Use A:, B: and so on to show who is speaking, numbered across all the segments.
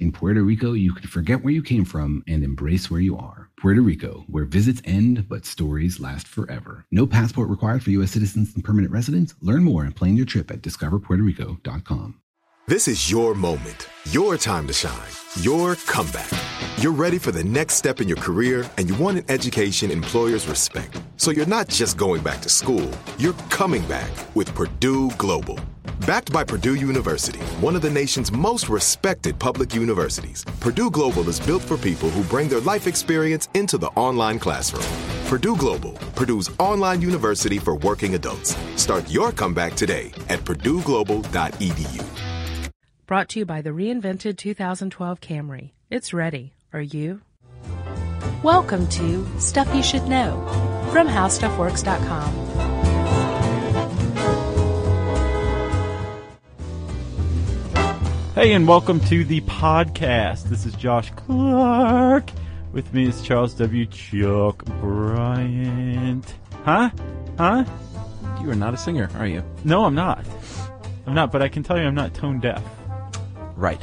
A: In Puerto Rico, you can forget where you came from and embrace where you are. Puerto Rico, where visits end but stories last forever. No passport required for U.S. citizens and permanent residents. Learn more and plan your trip at discoverpuertorico.com.
B: This is your moment, your time to shine, your comeback. You're ready for the next step in your career, and you want an education employers respect. So you're not just going back to school, you're coming back with Purdue Global. Backed by Purdue University, one of the nation's most respected public universities, Purdue Global is built for people who bring their life experience into the online classroom. Purdue Global, Purdue's online university for working adults. Start your comeback today at purdueglobal.edu.
C: Brought to you by the reinvented 2012 Camry. It's ready. Are you? Welcome to Stuff You Should Know from HowStuffWorks.com.
D: Hey, and welcome to the podcast. This is Josh Clark. With me is Charles W. Chuck Bryant. Huh? Huh?
E: You are not a singer, are you?
D: No, I'm not. I'm not, but I can tell you I'm not tone deaf.
E: Right.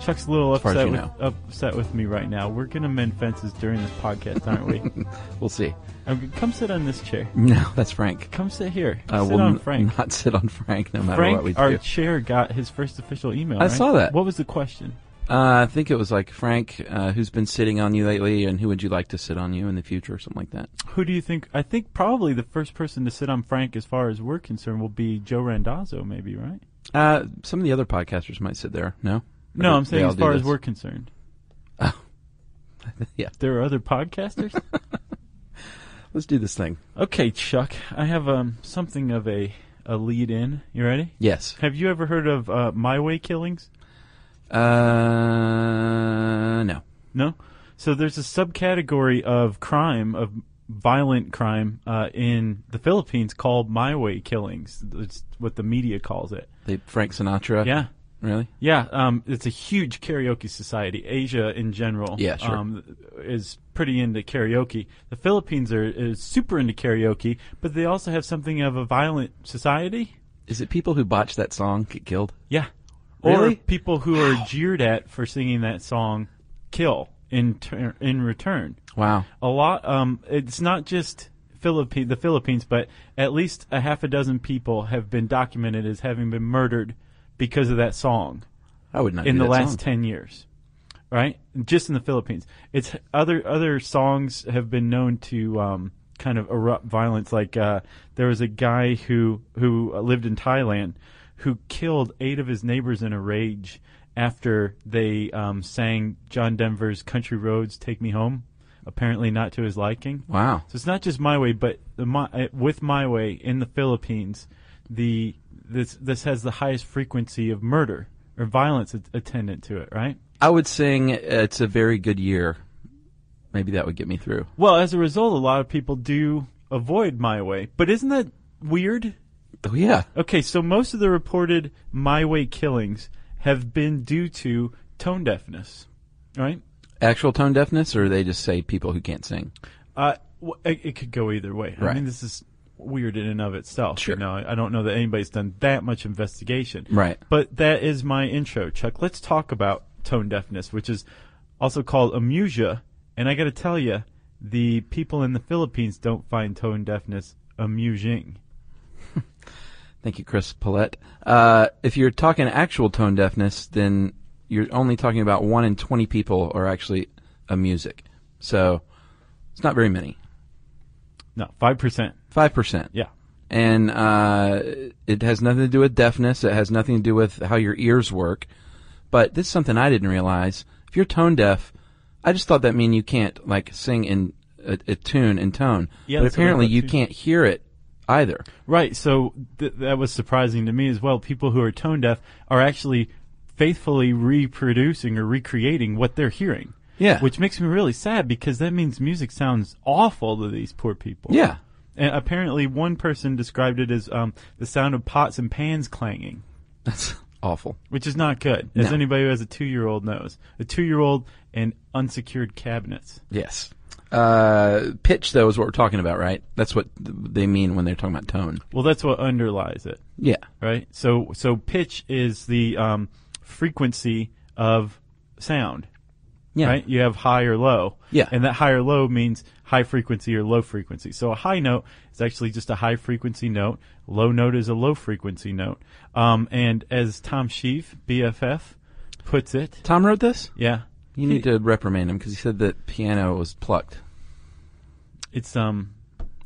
D: Chuck's a little
E: far as
D: upset
E: you
D: with, upset with me right now. We're going to mend fences during this podcast, aren't we?
E: We'll see.
D: Um, come sit on this chair.
E: No, that's Frank.
D: Come sit here.
E: I
D: sit
E: will
D: on
E: n-
D: Frank.
E: not sit on Frank no matter what we
D: Frank,
E: do.
D: our chair, got his first official email.
E: I
D: right?
E: saw that.
D: What was the question?
E: uh, I think it was like Frank, uh, who's been sitting on you lately, and who would you like to sit on you in the future, or something like that.
D: Who do you think? I think probably the first person to sit on Frank, as far as we're concerned, will be Joe Randazzo, maybe, right?
E: Uh, some of the other podcasters might sit there. No.
D: No,
E: Or
D: I'm
E: they
D: saying
E: all
D: as
E: do
D: far as
E: this?
D: we're concerned.
E: yeah,
D: There are other podcasters?
E: let's do this thing.
D: okay, Chuck, I have um, something of a, a lead in. You ready?
E: Yes.
D: Have you ever heard of uh, My Way Killings?
E: Uh, no.
D: No? So there's a subcategory of crime, of violent crime, uh, in the Philippines called My Way Killings. It's what the media calls it.
E: They Frank Sinatra.
D: Yeah.
E: Really?
D: Yeah, um, it's a huge karaoke society. Asia in general,
E: Yeah, sure.
D: um, is pretty into karaoke. The Philippines are is super into karaoke, but they also have something of a violent society.
E: Is it people who botch that song get killed?
D: Yeah, or
E: Really?
D: people who are jeered at for singing that song, kill in tur in return.
E: Wow.
D: A lot. Um, it's not just Philippi- the Philippines, but at least a half a dozen people have been documented as having been murdered because of that song
E: I would not
D: in
E: do
D: the
E: that
D: last
E: song.
D: 10 years right just in the philippines it's other other songs have been known to um, kind of erupt violence like uh, there was a guy who who uh, lived in thailand who killed eight of his neighbors in a rage after they um, sang john denver's country roads take me home apparently not to his liking
E: Wow.
D: so it's not just my way, but the, my, uh, with my way in the Philippines, the this this has the highest frequency of murder or violence a- attendant to it, right?
E: I would sing uh, it's a very good year. Maybe that would get me through.
D: Well, as a result, a lot of people do avoid my way. But isn't that weird?
E: Oh yeah.
D: Okay, so most of the reported my way killings have been due to tone deafness, right?
E: Actual tone deafness or they just say people who can't sing?
D: Uh, w- it, it could go either way. I
E: Right.
D: mean, this is weird in and of itself.
E: Sure.
D: You know, I I don't know that anybody's done that much investigation.
E: Right.
D: But that is my intro, Chuck. Let's talk about tone deafness, which is also called amusia. And I got to tell you, the people in the Philippines don't find tone deafness amusing.
E: Thank you, Chris Paulette. Uh, if you're talking actual tone deafness, then you're only talking about one in 20 people are actually a music. So it's not very many.
D: No, five percent.
E: 5%.
D: Yeah.
E: And uh, it has nothing to do with deafness. It has nothing to do with how your ears work. But this is something I didn't realize. If you're tone deaf, I just thought that mean you can't like sing in a, a tune in tone.
D: Yeah,
E: but
D: that's what I
E: apparently
D: thought,
E: you
D: too.
E: can't hear it either.
D: Right. So th- that was surprising to me as well. People who are tone deaf are actually faithfully reproducing or recreating what they're hearing.
E: Yeah.
D: Which makes me really sad because that means music sounds awful to these poor people.
E: Yeah.
D: And apparently, one person described it as um, the sound of pots and pans clanging,
E: That's awful.
D: which is not good, as
E: No.
D: anybody who has a two-year-old knows. A two-year-old and unsecured cabinets.
E: Yes. Uh, pitch though is what we're talking about, right? That's what th- they mean when they're talking about tone.
D: Well, that's what underlies it,
E: Yeah.
D: right? So, so pitch is the um, frequency of sound.
E: Yeah.
D: right? You have high or low.
E: Yeah.
D: And that high or low means high frequency or low frequency. So a high note is actually just a high frequency note. Low note is a low frequency note. Um, and as Tom Sheaf, BFF, puts it,
E: Tom wrote this.
D: yeah,
E: You need to reprimand him because he said that piano was plucked.
D: it's um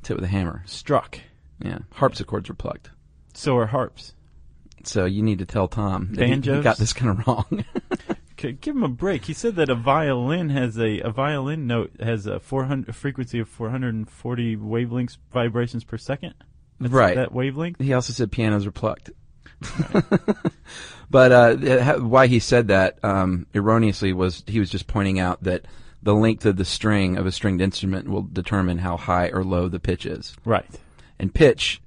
E: It's hit with a hammer.
D: struck.
E: Yeah. Harpsichords are plucked.
D: So are harps.
E: So you need to tell Tom that he- he
D: Banjos?
E: got this kind of wrong.
D: Okay, give him a break. He said that a violin has a a violin note has a 400 a frequency of 440 wavelengths vibrations per second. That's
E: Right.
D: That wavelength.
E: He also said pianos are plucked. but uh, th- ha- why he said that um, erroneously was he was just pointing out that the length of the string of a stringed instrument will determine how high or low the pitch is.
D: Right.
E: And pitch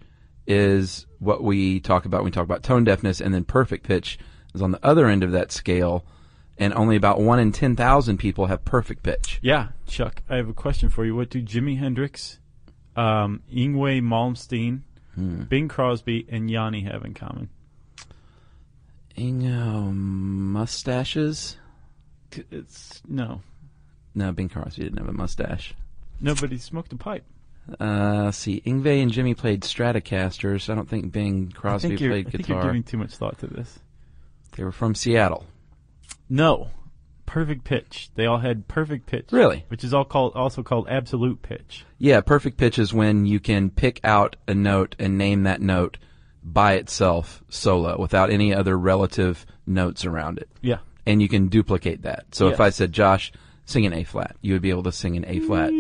E: is what we talk about when we talk about tone deafness, and then perfect pitch is on the other end of that scale, and only about one in 10,000 people have perfect pitch.
D: Yeah, Chuck, I have a question for you. What do Jimi Hendrix, um, Ingwe Malmsteen,
E: Hmm.
D: Bing Crosby, and Yanni have in common?
E: You know, uh, mustaches?
D: C- It's no,
E: No, Bing Crosby didn't have a mustache.
D: nobody smoked a pipe.
E: Uh, let's see, Ingve and Jimmy played Stratocasters. I don't think Bing
D: I
E: Crosby
D: think, you're, I
E: played
D: think you're
E: guitar.
D: giving too much thought to this.
E: They were from Seattle.
D: No, perfect pitch. They all had perfect pitch.
E: Really?
D: Which is all called also called absolute pitch.
E: Yeah, perfect pitch is when you can pick out a note and name that note by itself solo without any other relative notes around it.
D: Yeah.
E: And you can duplicate that. So if
D: Yes.
E: I said, Josh, sing an A flat, you would be able to sing an A flat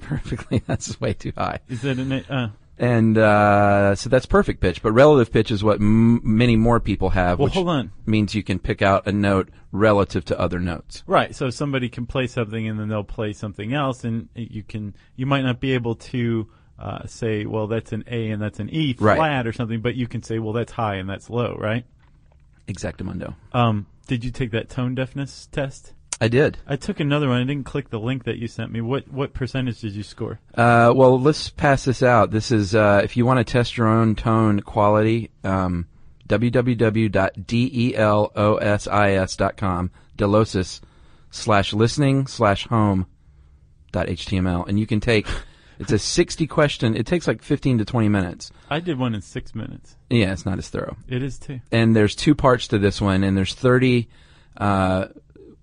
E: perfectly. That's way too high.
D: Is that an uh,
E: And uh, so that's perfect pitch, but relative pitch is what m- many more people have,
D: Well,
E: which
D: hold on.
E: means you can pick out a note relative to other notes.
D: right? So somebody can play something and then they'll play something else, and you can you might not be able to. Uh, say, well, that's an A and that's an E
E: Right.
D: flat or something, but you can say, well, that's high and that's low, right?
E: Exactamundo.
D: Um, did you take that tone deafness test?
E: I did.
D: I took another one. I didn't click the link that you sent me. What what percentage did you score?
E: Uh, well, let's pass this out. This is uh, if you want to test your own tone quality, um, E www.delosis.com, delosis slash listening slash home dot html, and you can take. It's a sixty question. It takes like fifteen to twenty minutes.
D: I did one in six minutes.
E: Yeah, it's not as thorough.
D: It is too.
E: and there's two parts to this one, and there's 30, uh,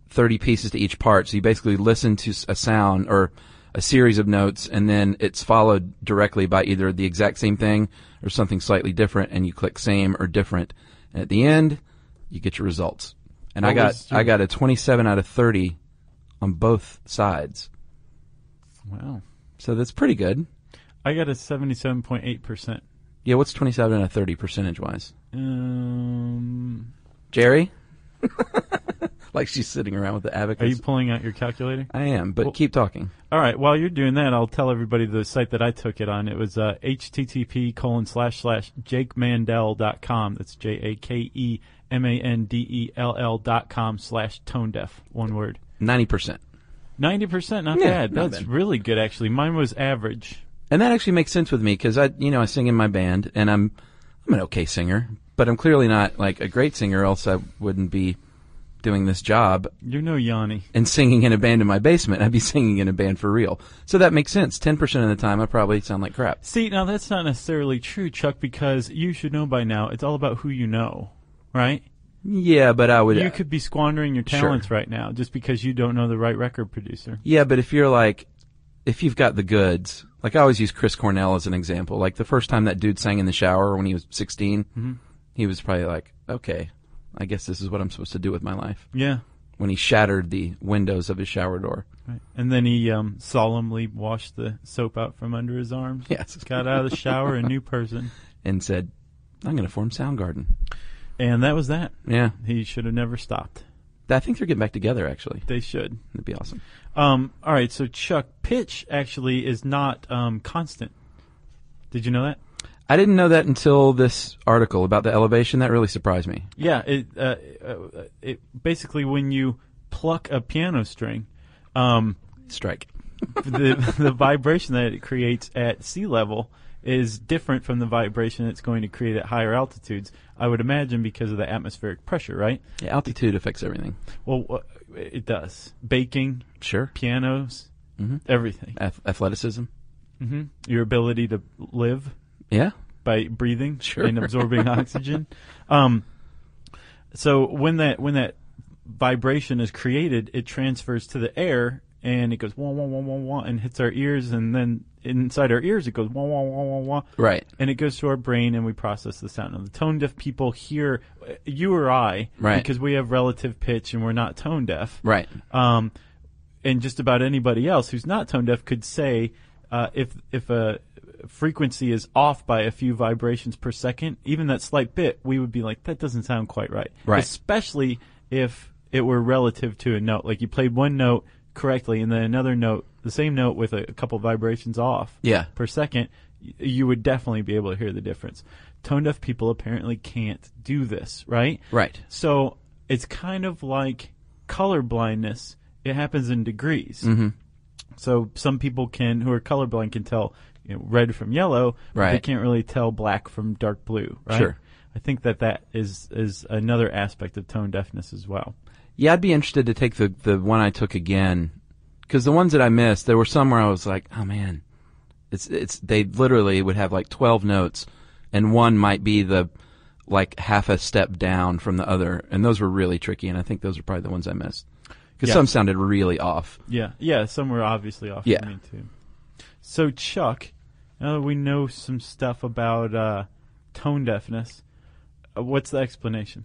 E: 30 pieces to each part. So you basically listen to s- a sound or a series of notes, and then it's followed directly by either the exact same thing or something slightly different, and you click same or different. And at the end, you get your results. And I
D: What
E: got
D: was your-
E: I got a 27 out of 30 on both sides,
D: Wow.
E: so that's pretty good.
D: I got a seventy-seven point eight percent.
E: Yeah, what's 27 out of 30 percentage wise?
D: Um,
E: Jerry, like she's sitting around with the abacus.
D: are you pulling out your calculator?
E: I am, but
D: Well-
E: keep talking.
D: All right. While you're doing that, I'll tell everybody the site that I took it on. It was uh, http colon slash slash jakemandel.com. That's J A K E M A N D E L L dot com slash tone deaf. One word.
E: Ninety percent,
D: Ninety percent, not
E: Yeah,
D: bad.
E: not
D: That's
E: bad.
D: really good, actually. Mine was average.
E: and that actually makes sense with me because I, you know, I sing in my band, and I'm, I'm an okay singer, but I'm clearly not like a great singer, else I wouldn't be doing this job
D: You're no Yanni.
E: and singing in a band in my basement. I'd be singing in a band for real, so that makes sense. Ten percent of the time, I probably sound like crap.
D: See, now that's not necessarily true, Chuck, because you should know by now it's all about who you know, right?
E: Yeah, but I would.
D: You could be squandering your
E: Sure.
D: talents right now just because you don't know the right record producer.
E: Yeah, but if you're like, if you've got the goods, like I always use Chris Cornell as an example. Like the first time that dude sang in the shower when he was 16, he was probably like, okay, I guess this is what I'm supposed to do with my life.
D: Yeah.
E: When he shattered the windows of his shower door.
D: Right. And then he um, solemnly washed the soap out from under his arms.
E: Yes.
D: Got out of the shower, a new person.
E: And said, I'm going to form Soundgarden.
D: And that was that.
E: Yeah.
D: He should have never stopped.
E: I think they're getting back together. Actually,
D: They should.
E: that'd be awesome.
D: Um, all right, so Chuck, pitch actually is not um, constant. Did you know that?
E: I didn't know that until this article about the elevation. That really surprised me.
D: Yeah, it, uh, uh, it basically when you pluck a piano string, um,
E: Strike.
D: the the vibration that it creates at sea level is different from the vibration it's going to create at higher altitudes. I would imagine because of the atmospheric pressure, right?
E: Yeah, altitude affects everything.
D: Well, wh- it does. Baking,
E: Sure.
D: pianos,
E: Mm-hmm.
D: everything.
E: Ath- athleticism.
D: Your ability to live.
E: Yeah.
D: by breathing
E: Sure.
D: and absorbing oxygen. Um, so when that when that vibration is created, it transfers to the air and it goes wah wah wah wah wah and hits our ears, and then inside our ears it goes wah wah wah wah wah.
E: Right.
D: And it goes to our brain, and we process the sound. And the tone deaf people hear uh, you or I,
E: Right.
D: Because we have relative pitch, and we're not tone deaf,
E: Right.
D: um, and just about anybody else who's not tone deaf could say uh, if if a frequency is off by a few vibrations per second, even that slight bit, we would be like, that doesn't sound quite right.
E: Right.
D: Especially if it were relative to a note, like you played one note correctly and then another note, the same note with a, a couple vibrations off
E: Yeah.
D: per second, y- you would definitely be able to hear the difference. Tone deaf people apparently can't do this, right?
E: Right.
D: So it's kind of like color blindness. It happens in degrees.
E: Mm-hmm.
D: So some people can, who are colorblind, can tell you know, red from yellow, but they
E: Right.
D: can't really tell black from dark blue. Right?
E: Sure.
D: I think that that is is another aspect of tone deafness as well.
E: Yeah, I'd be interested to take the the one I took again because the ones that I missed, there were some where I was like, oh man, it's it's they literally would have like twelve notes, and one might be the like half a step down from the other, and those were really tricky, and I think those are probably the ones I missed because
D: Yeah.
E: some sounded really off.
D: Yeah, yeah. Some were obviously off
E: Yeah.
D: to me too. So Chuck, now that we know some stuff about uh, tone deafness, uh, what's the explanation?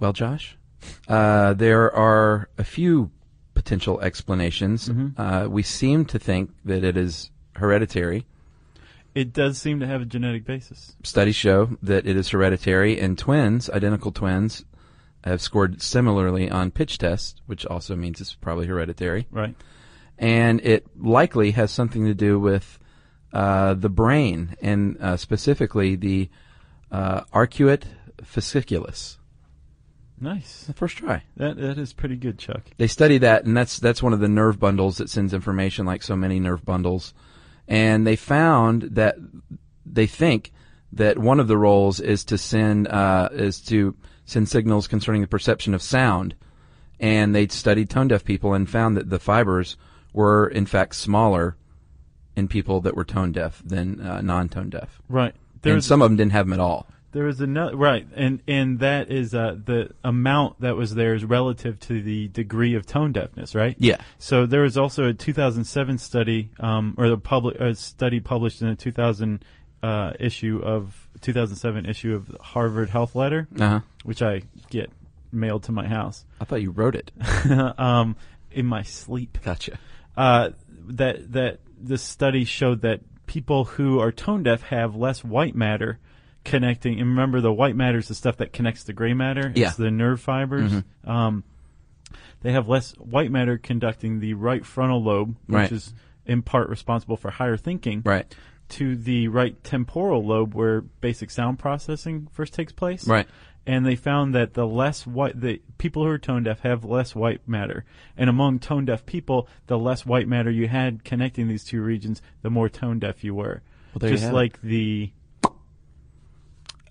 E: Well, Josh, uh, there are a few potential explanations. Uh, we seem to think that it is hereditary.
D: It does seem to have a genetic basis.
E: studies show that it is hereditary, and twins, identical twins, have scored similarly on pitch tests, which also means it's probably hereditary.
D: Right.
E: And it likely has something to do with uh, the brain, and uh, specifically the uh, arcuate fasciculus.
D: Nice.
E: The first try.
D: That that is pretty good, Chuck.
E: they study that, and that's that's one of the nerve bundles that sends information, like so many nerve bundles. And they found that they think that one of the roles is to send uh, is to send signals concerning the perception of sound. And they studied tone deaf people and found that the fibers were in fact smaller in people that were tone deaf than uh, non tone deaf.
D: Right.
E: and
D: There's
E: some of them didn't have them at all.
D: there is another right, and and that is uh, the amount that was there is relative to the degree of tone deafness, right?
E: Yeah.
D: So there was also a 2007 study, um, or the public a study published in the 2000 uh, issue of 2007 issue of the Harvard Health Letter,
E: Uh-huh.
D: which I get mailed to my house
E: I thought you wrote it.
D: um, in my sleep.
E: Gotcha.
D: uh, that that this study showed that people who are tone deaf have less white matter connecting. And remember, the white matter is the stuff that connects the gray matter.
E: Yeah. Mm-hmm.
D: It's the nerve fibers. Um, they have less white matter conducting the right frontal lobe, which
E: Right.
D: is in part responsible for higher thinking,
E: Right.
D: to the right temporal lobe where basic sound processing first takes place
E: Right.
D: and they found that the less white the people who are tone deaf have less white matter and among tone deaf people the less white matter you had connecting these two regions the more tone deaf you were
E: Well, there you
D: just
E: have it.
D: like the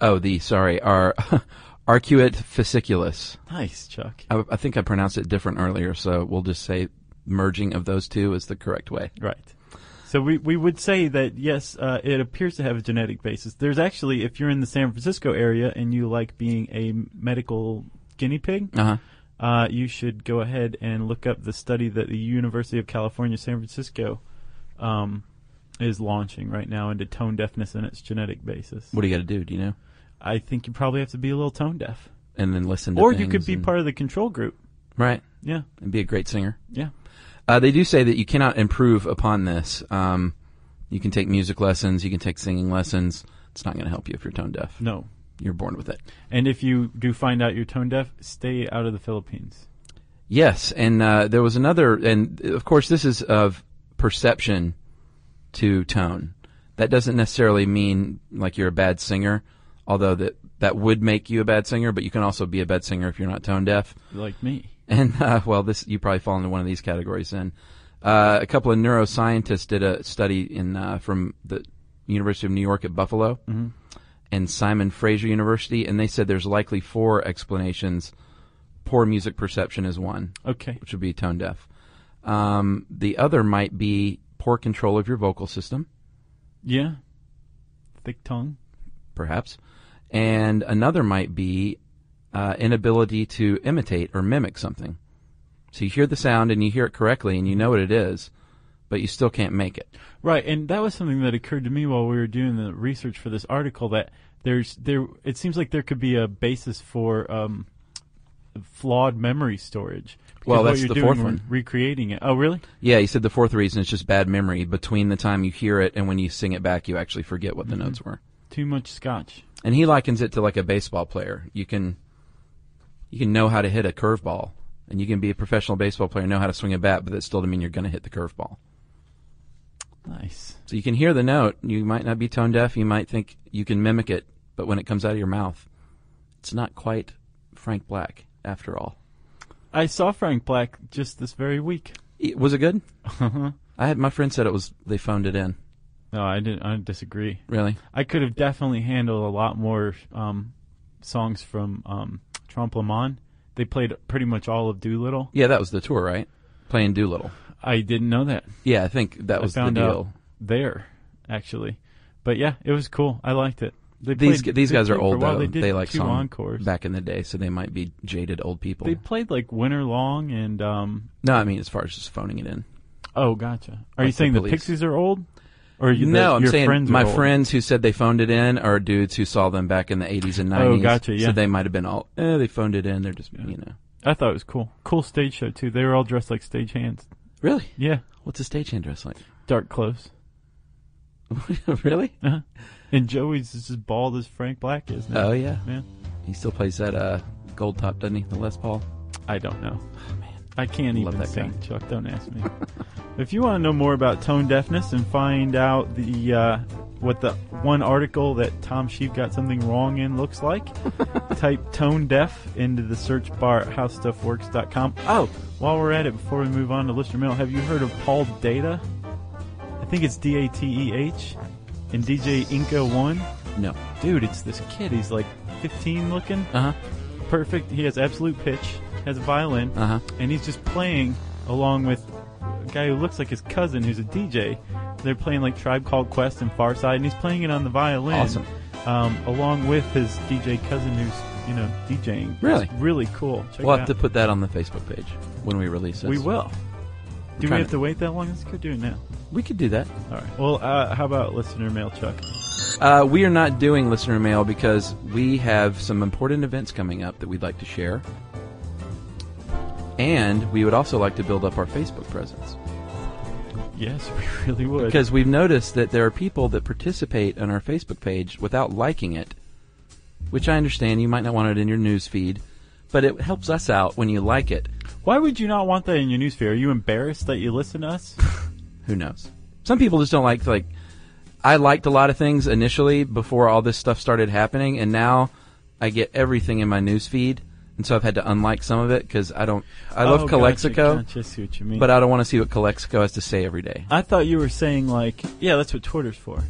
E: Oh, the sorry, our arcuate fasciculus.
D: nice chuck
E: I, I think I pronounced it different earlier, so we'll just say merging of those two is the correct way.
D: right so we, we would say that yes uh, it appears to have a genetic basis there's actually if you're in the san francisco area and you like being a medical guinea pig
E: Uh huh.
D: uh, you should go ahead and look up the study that the University of California, San Francisco, um, is launching right now into tone deafness and its genetic basis.
E: What do you got to do? Do you know?
D: I think you probably have to be a little tone deaf,
E: And then listen to.
D: or you could
E: things
D: be
E: and-
D: part of the control group.
E: Right.
D: Yeah,
E: And be a great singer.
D: yeah.
E: Uh, they do say that you cannot improve upon this. Um, you can take music lessons. You can take singing lessons. It's not going to help you if you're tone deaf.
D: No,
E: you're born with it.
D: And if you do find out you're tone deaf, stay out of the Philippines.
E: Yes, and uh, there was another, and of course, this is of perception to tone. That doesn't necessarily mean like you're a bad singer, although that that would make you a bad singer. But you can also be a bad singer if you're not tone deaf.
D: Like me.
E: And uh, well, this you probably fall into one of these categories. Then uh, a couple of neuroscientists did a study in uh, from the University of New York at Buffalo and Simon Fraser University, and they said there's likely four explanations. Poor music perception is one,
D: Okay.
E: which would be tone deaf. Um, the other might be poor control of your vocal system,
D: Yeah. Thick tongue.
E: perhaps, and another might be uh, inability to imitate or mimic something. So you hear the sound and you hear it correctly and you know what it is, but you still can't make it.
D: Right, and that was something that occurred to me while we were doing the research for this article. That there's there, it seems like there could be a basis for um, flawed memory storage. Because
E: Well,
D: what
E: that's
D: you're
E: the
D: doing
E: fourth
D: when
E: one.
D: Recreating it. Oh, really?
E: Yeah, he said the fourth reason is just bad memory. Between the time you hear it and when you sing it back, you actually forget what the notes were.
D: Too much scotch.
E: And he likens it to like a baseball player. You can, you can know how to hit a curveball, and you can be a professional baseball player, and know how to swing a bat, but that still doesn't mean you're going to hit the curveball.
D: Nice.
E: So you can hear the note. You might not be tone deaf. You might think you can mimic it, but when it comes out of your mouth, it's not quite Frank Black after all.
D: I saw Frank Black just this very week.
E: It- E, was it good?
D: Uh-huh.
E: I had my friend said it was. They phoned it in.
D: No, I didn't. I disagree.
E: Really?
D: I could have definitely handled a lot more um, songs from um, Trompe La Monde. They played pretty much all of Doolittle.
E: Yeah, that was the tour, right? Playing Doolittle.
D: I didn't know that.
E: Yeah, I think that was
D: I found
E: the
D: out
E: deal.
D: there actually. But yeah, it was cool. I liked it. They
E: These
D: played-
E: gu- these
D: they
E: guys are
D: played for a
E: old
D: while.
E: though.
D: They, did
E: like
D: two
E: song
D: encores.
E: back in the day, so they might be jaded old people.
D: They played like Winter Long and um.
E: no, I mean as far as just phoning it in.
D: Oh, gotcha. Are you
E: Like the
D: saying the,
E: Police.
D: Pixies are old? Or you,
E: no,
D: the,
E: I'm
D: your
E: saying
D: friends are
E: my
D: old?
E: friends who said they phoned it in are dudes who saw them back in the 80s and 90s.
D: Oh, gotcha, yeah.
E: So they might have been all, eh, they phoned it in. They're just, you know,
D: I thought it was cool. Cool stage show too. They were all dressed like stagehands.
E: really.
D: Yeah,
E: What's a stagehand dress like?
D: dark clothes.
E: really?
D: Uh-huh. And Joey's just as bald as Frank Black is now.
E: Oh yeah.
D: Yeah.
E: He still plays that uh, gold top, doesn't he? The Les Paul.
D: I don't know. I can't
E: Love
D: even
E: that
D: sing,
E: guy.
D: Chuck. Don't ask me. if you want to know more about tone deafness and find out the uh, what the one article that Tom Sheep got something wrong in looks like, type tone deaf into the search bar at howstuffworks.com.
E: Ah.
D: Oh, while we're at it, before we move on to listener mail, have you heard of Paul Data? I think it's D A T E H and DJ Inca One.
E: No.
D: Dude, it's this kid. He's like 15 looking
E: Uh huh.
D: perfect. He has absolute pitch, has a violin,
E: Uh-huh.
D: and he's just playing along with a guy who looks like his cousin, who's a DJ. They're playing like Tribe Called Quest and Far Side, and he's playing it on the violin,
E: Awesome.
D: um, along with his DJ cousin, who's you know DJing.
E: Really?
D: It's really cool. Check
E: We'll
D: it
E: have to
D: out.
E: put that on the Facebook page when we release this.
D: we will. Do we
E: trying
D: have
E: to-
D: to wait that long? Let's go do it now.
E: We could do that.
D: All right. Well, uh, how about listener mail, Chuck?
E: Uh, we are not doing listener mail because we have some important events coming up that we'd like to share. And we would also like to build up our Facebook presence.
D: Yes, we really would.
E: Because we've noticed that there are people that participate on our Facebook page without liking it, which I understand you might not want it in your news feed, but it helps us out when you like it.
D: Why would you not want that in your newsfeed? Are you embarrassed that you listen to us?
E: Who knows? Some people just don't like like I liked a lot of things initially before all this stuff started happening and now I get everything in my news feed and so I've had to unlike some of it cuz I don't I
D: Oh,
E: love
D: gotcha,
E: Calexico
D: gotcha, I see what you mean.
E: but I don't want to see what Calexico has to say every day.
D: I thought you were saying like, yeah, that's what Twitter's for.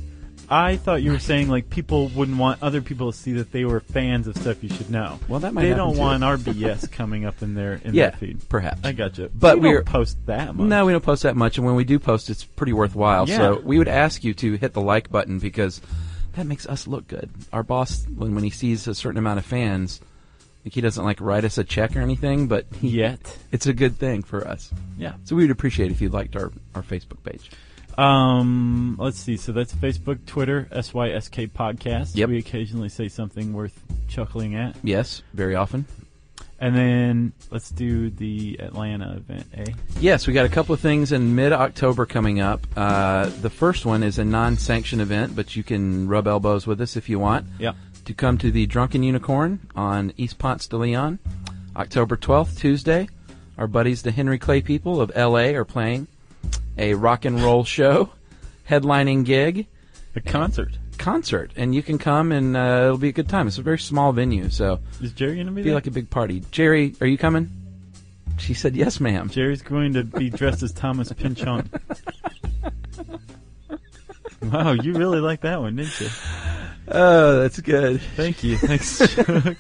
D: I thought you were saying like people wouldn't want other people to see that they were fans of stuff you should know.
E: Well, that might
D: they
E: happen,
D: don't
E: too.
D: want our BS coming up in their in
E: Yeah,
D: their feed.
E: perhaps.
D: I gotcha.
E: But
D: we
E: we're-
D: don't post that much.
E: No, we don't post that much and when we do post it's pretty worthwhile.
D: Yeah.
E: So we would ask you to hit the like button because that makes us look good. Our boss when when he sees a certain amount of fans like he doesn't like write us a check or anything, but he,
D: yet.
E: it's a good thing for us.
D: Yeah.
E: So we would appreciate if you liked our, our Facebook page.
D: Um. Let's see. So that's Facebook, Twitter, SYSK podcast.
E: Yep.
D: We occasionally say something worth chuckling at,
E: Yes, very often.
D: and then let's do the Atlanta event. Eh.
E: Yes, we got a couple of things in mid October coming up. Uh, the first one is a non sanctioned event, but you can rub elbows with us if you want.
D: Yeah.
E: to come to the Drunken Unicorn on East Ponce de Leon, October 12th, Tuesday. Our buddies, the Henry Clay people of LA, are playing a rock and roll show, headlining gig,
D: A concert.
E: concert, and you can come and uh, it'll be a good time. It's a very small venue, so
D: Is Jerry gonna be
E: it'll be
D: there?
E: like a big party. Jerry, are you coming? She said, "Yes, ma'am."
D: Jerry's going to be dressed as Thomas Pynchon. wow, you really like that one, didn't you?
E: Oh, that's good.
D: Thank you. Thanks. Chuck.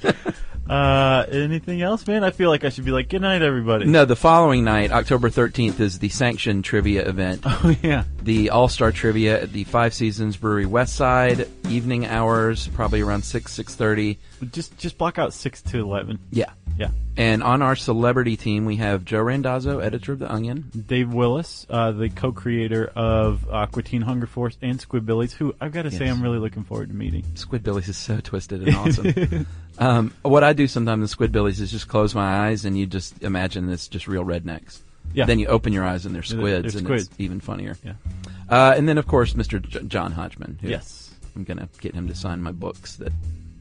D: uh, anything else, man? I feel like I should be like, good night, everybody.
E: No, the following night, October 13th, is the Sanction Trivia event.
D: Oh yeah.
E: the All Star Trivia at the Five Seasons Brewery West Side, evening hours, probably around six six thirty.
D: Just just block out six to eleven.
E: Yeah.
D: Yeah.
E: And on our celebrity team, we have Joe Randazzo, editor of The Onion.
D: Dave Willis, uh, the co-creator of Aqua Teen Hunger Force and Squidbillies, who I've got to say
E: Yes.
D: I'm really looking forward to meeting.
E: Squidbillies is so twisted and awesome. um, what I do sometimes in Squidbillies is just close my eyes and you just imagine it's just real rednecks.
D: Yeah.
E: Then you open your eyes and they're
D: They're-
E: squids,
D: they're
E: and
D: squids.
E: it's even funnier.
D: Yeah.
E: Uh, and then of course Mr. J- John Hodgman. who
D: Yes.
E: I'm gonna get him to sign my books that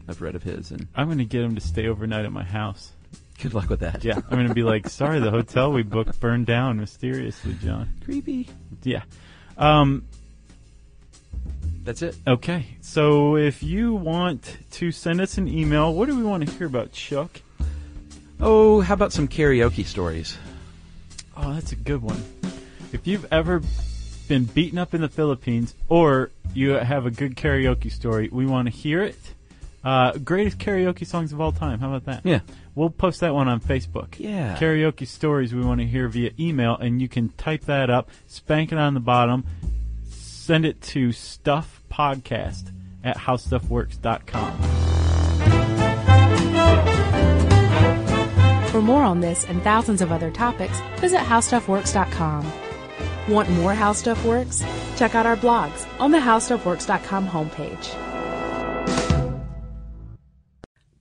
E: I've read of his, and
D: I'm going to get him to stay overnight at my house.
E: good luck with that.
D: Yeah. I'm going to be like, sorry, the hotel we booked burned down mysteriously, John.
E: creepy.
D: Yeah. Um,
E: That's it.
D: Okay, so if you want to send us an email, what do we want to hear about, Chuck?
E: Oh, how about some karaoke stories?
D: Oh, that's a good one. If you've ever been beaten up in the Philippines or you have a good karaoke story, we want to hear it. Uh, greatest karaoke songs of all time. How about that?
E: Yeah.
D: We'll post that one on Facebook.
E: Yeah.
D: Karaoke stories we want to hear via email, and you can type that up, spank it on the bottom, send it to stuffpodcast at howstuffworks.com.
C: For more on this and thousands of other topics, visit howstuffworks.com. Want more How Stuff Works? Check out our blogs on the howstuffworks.com homepage.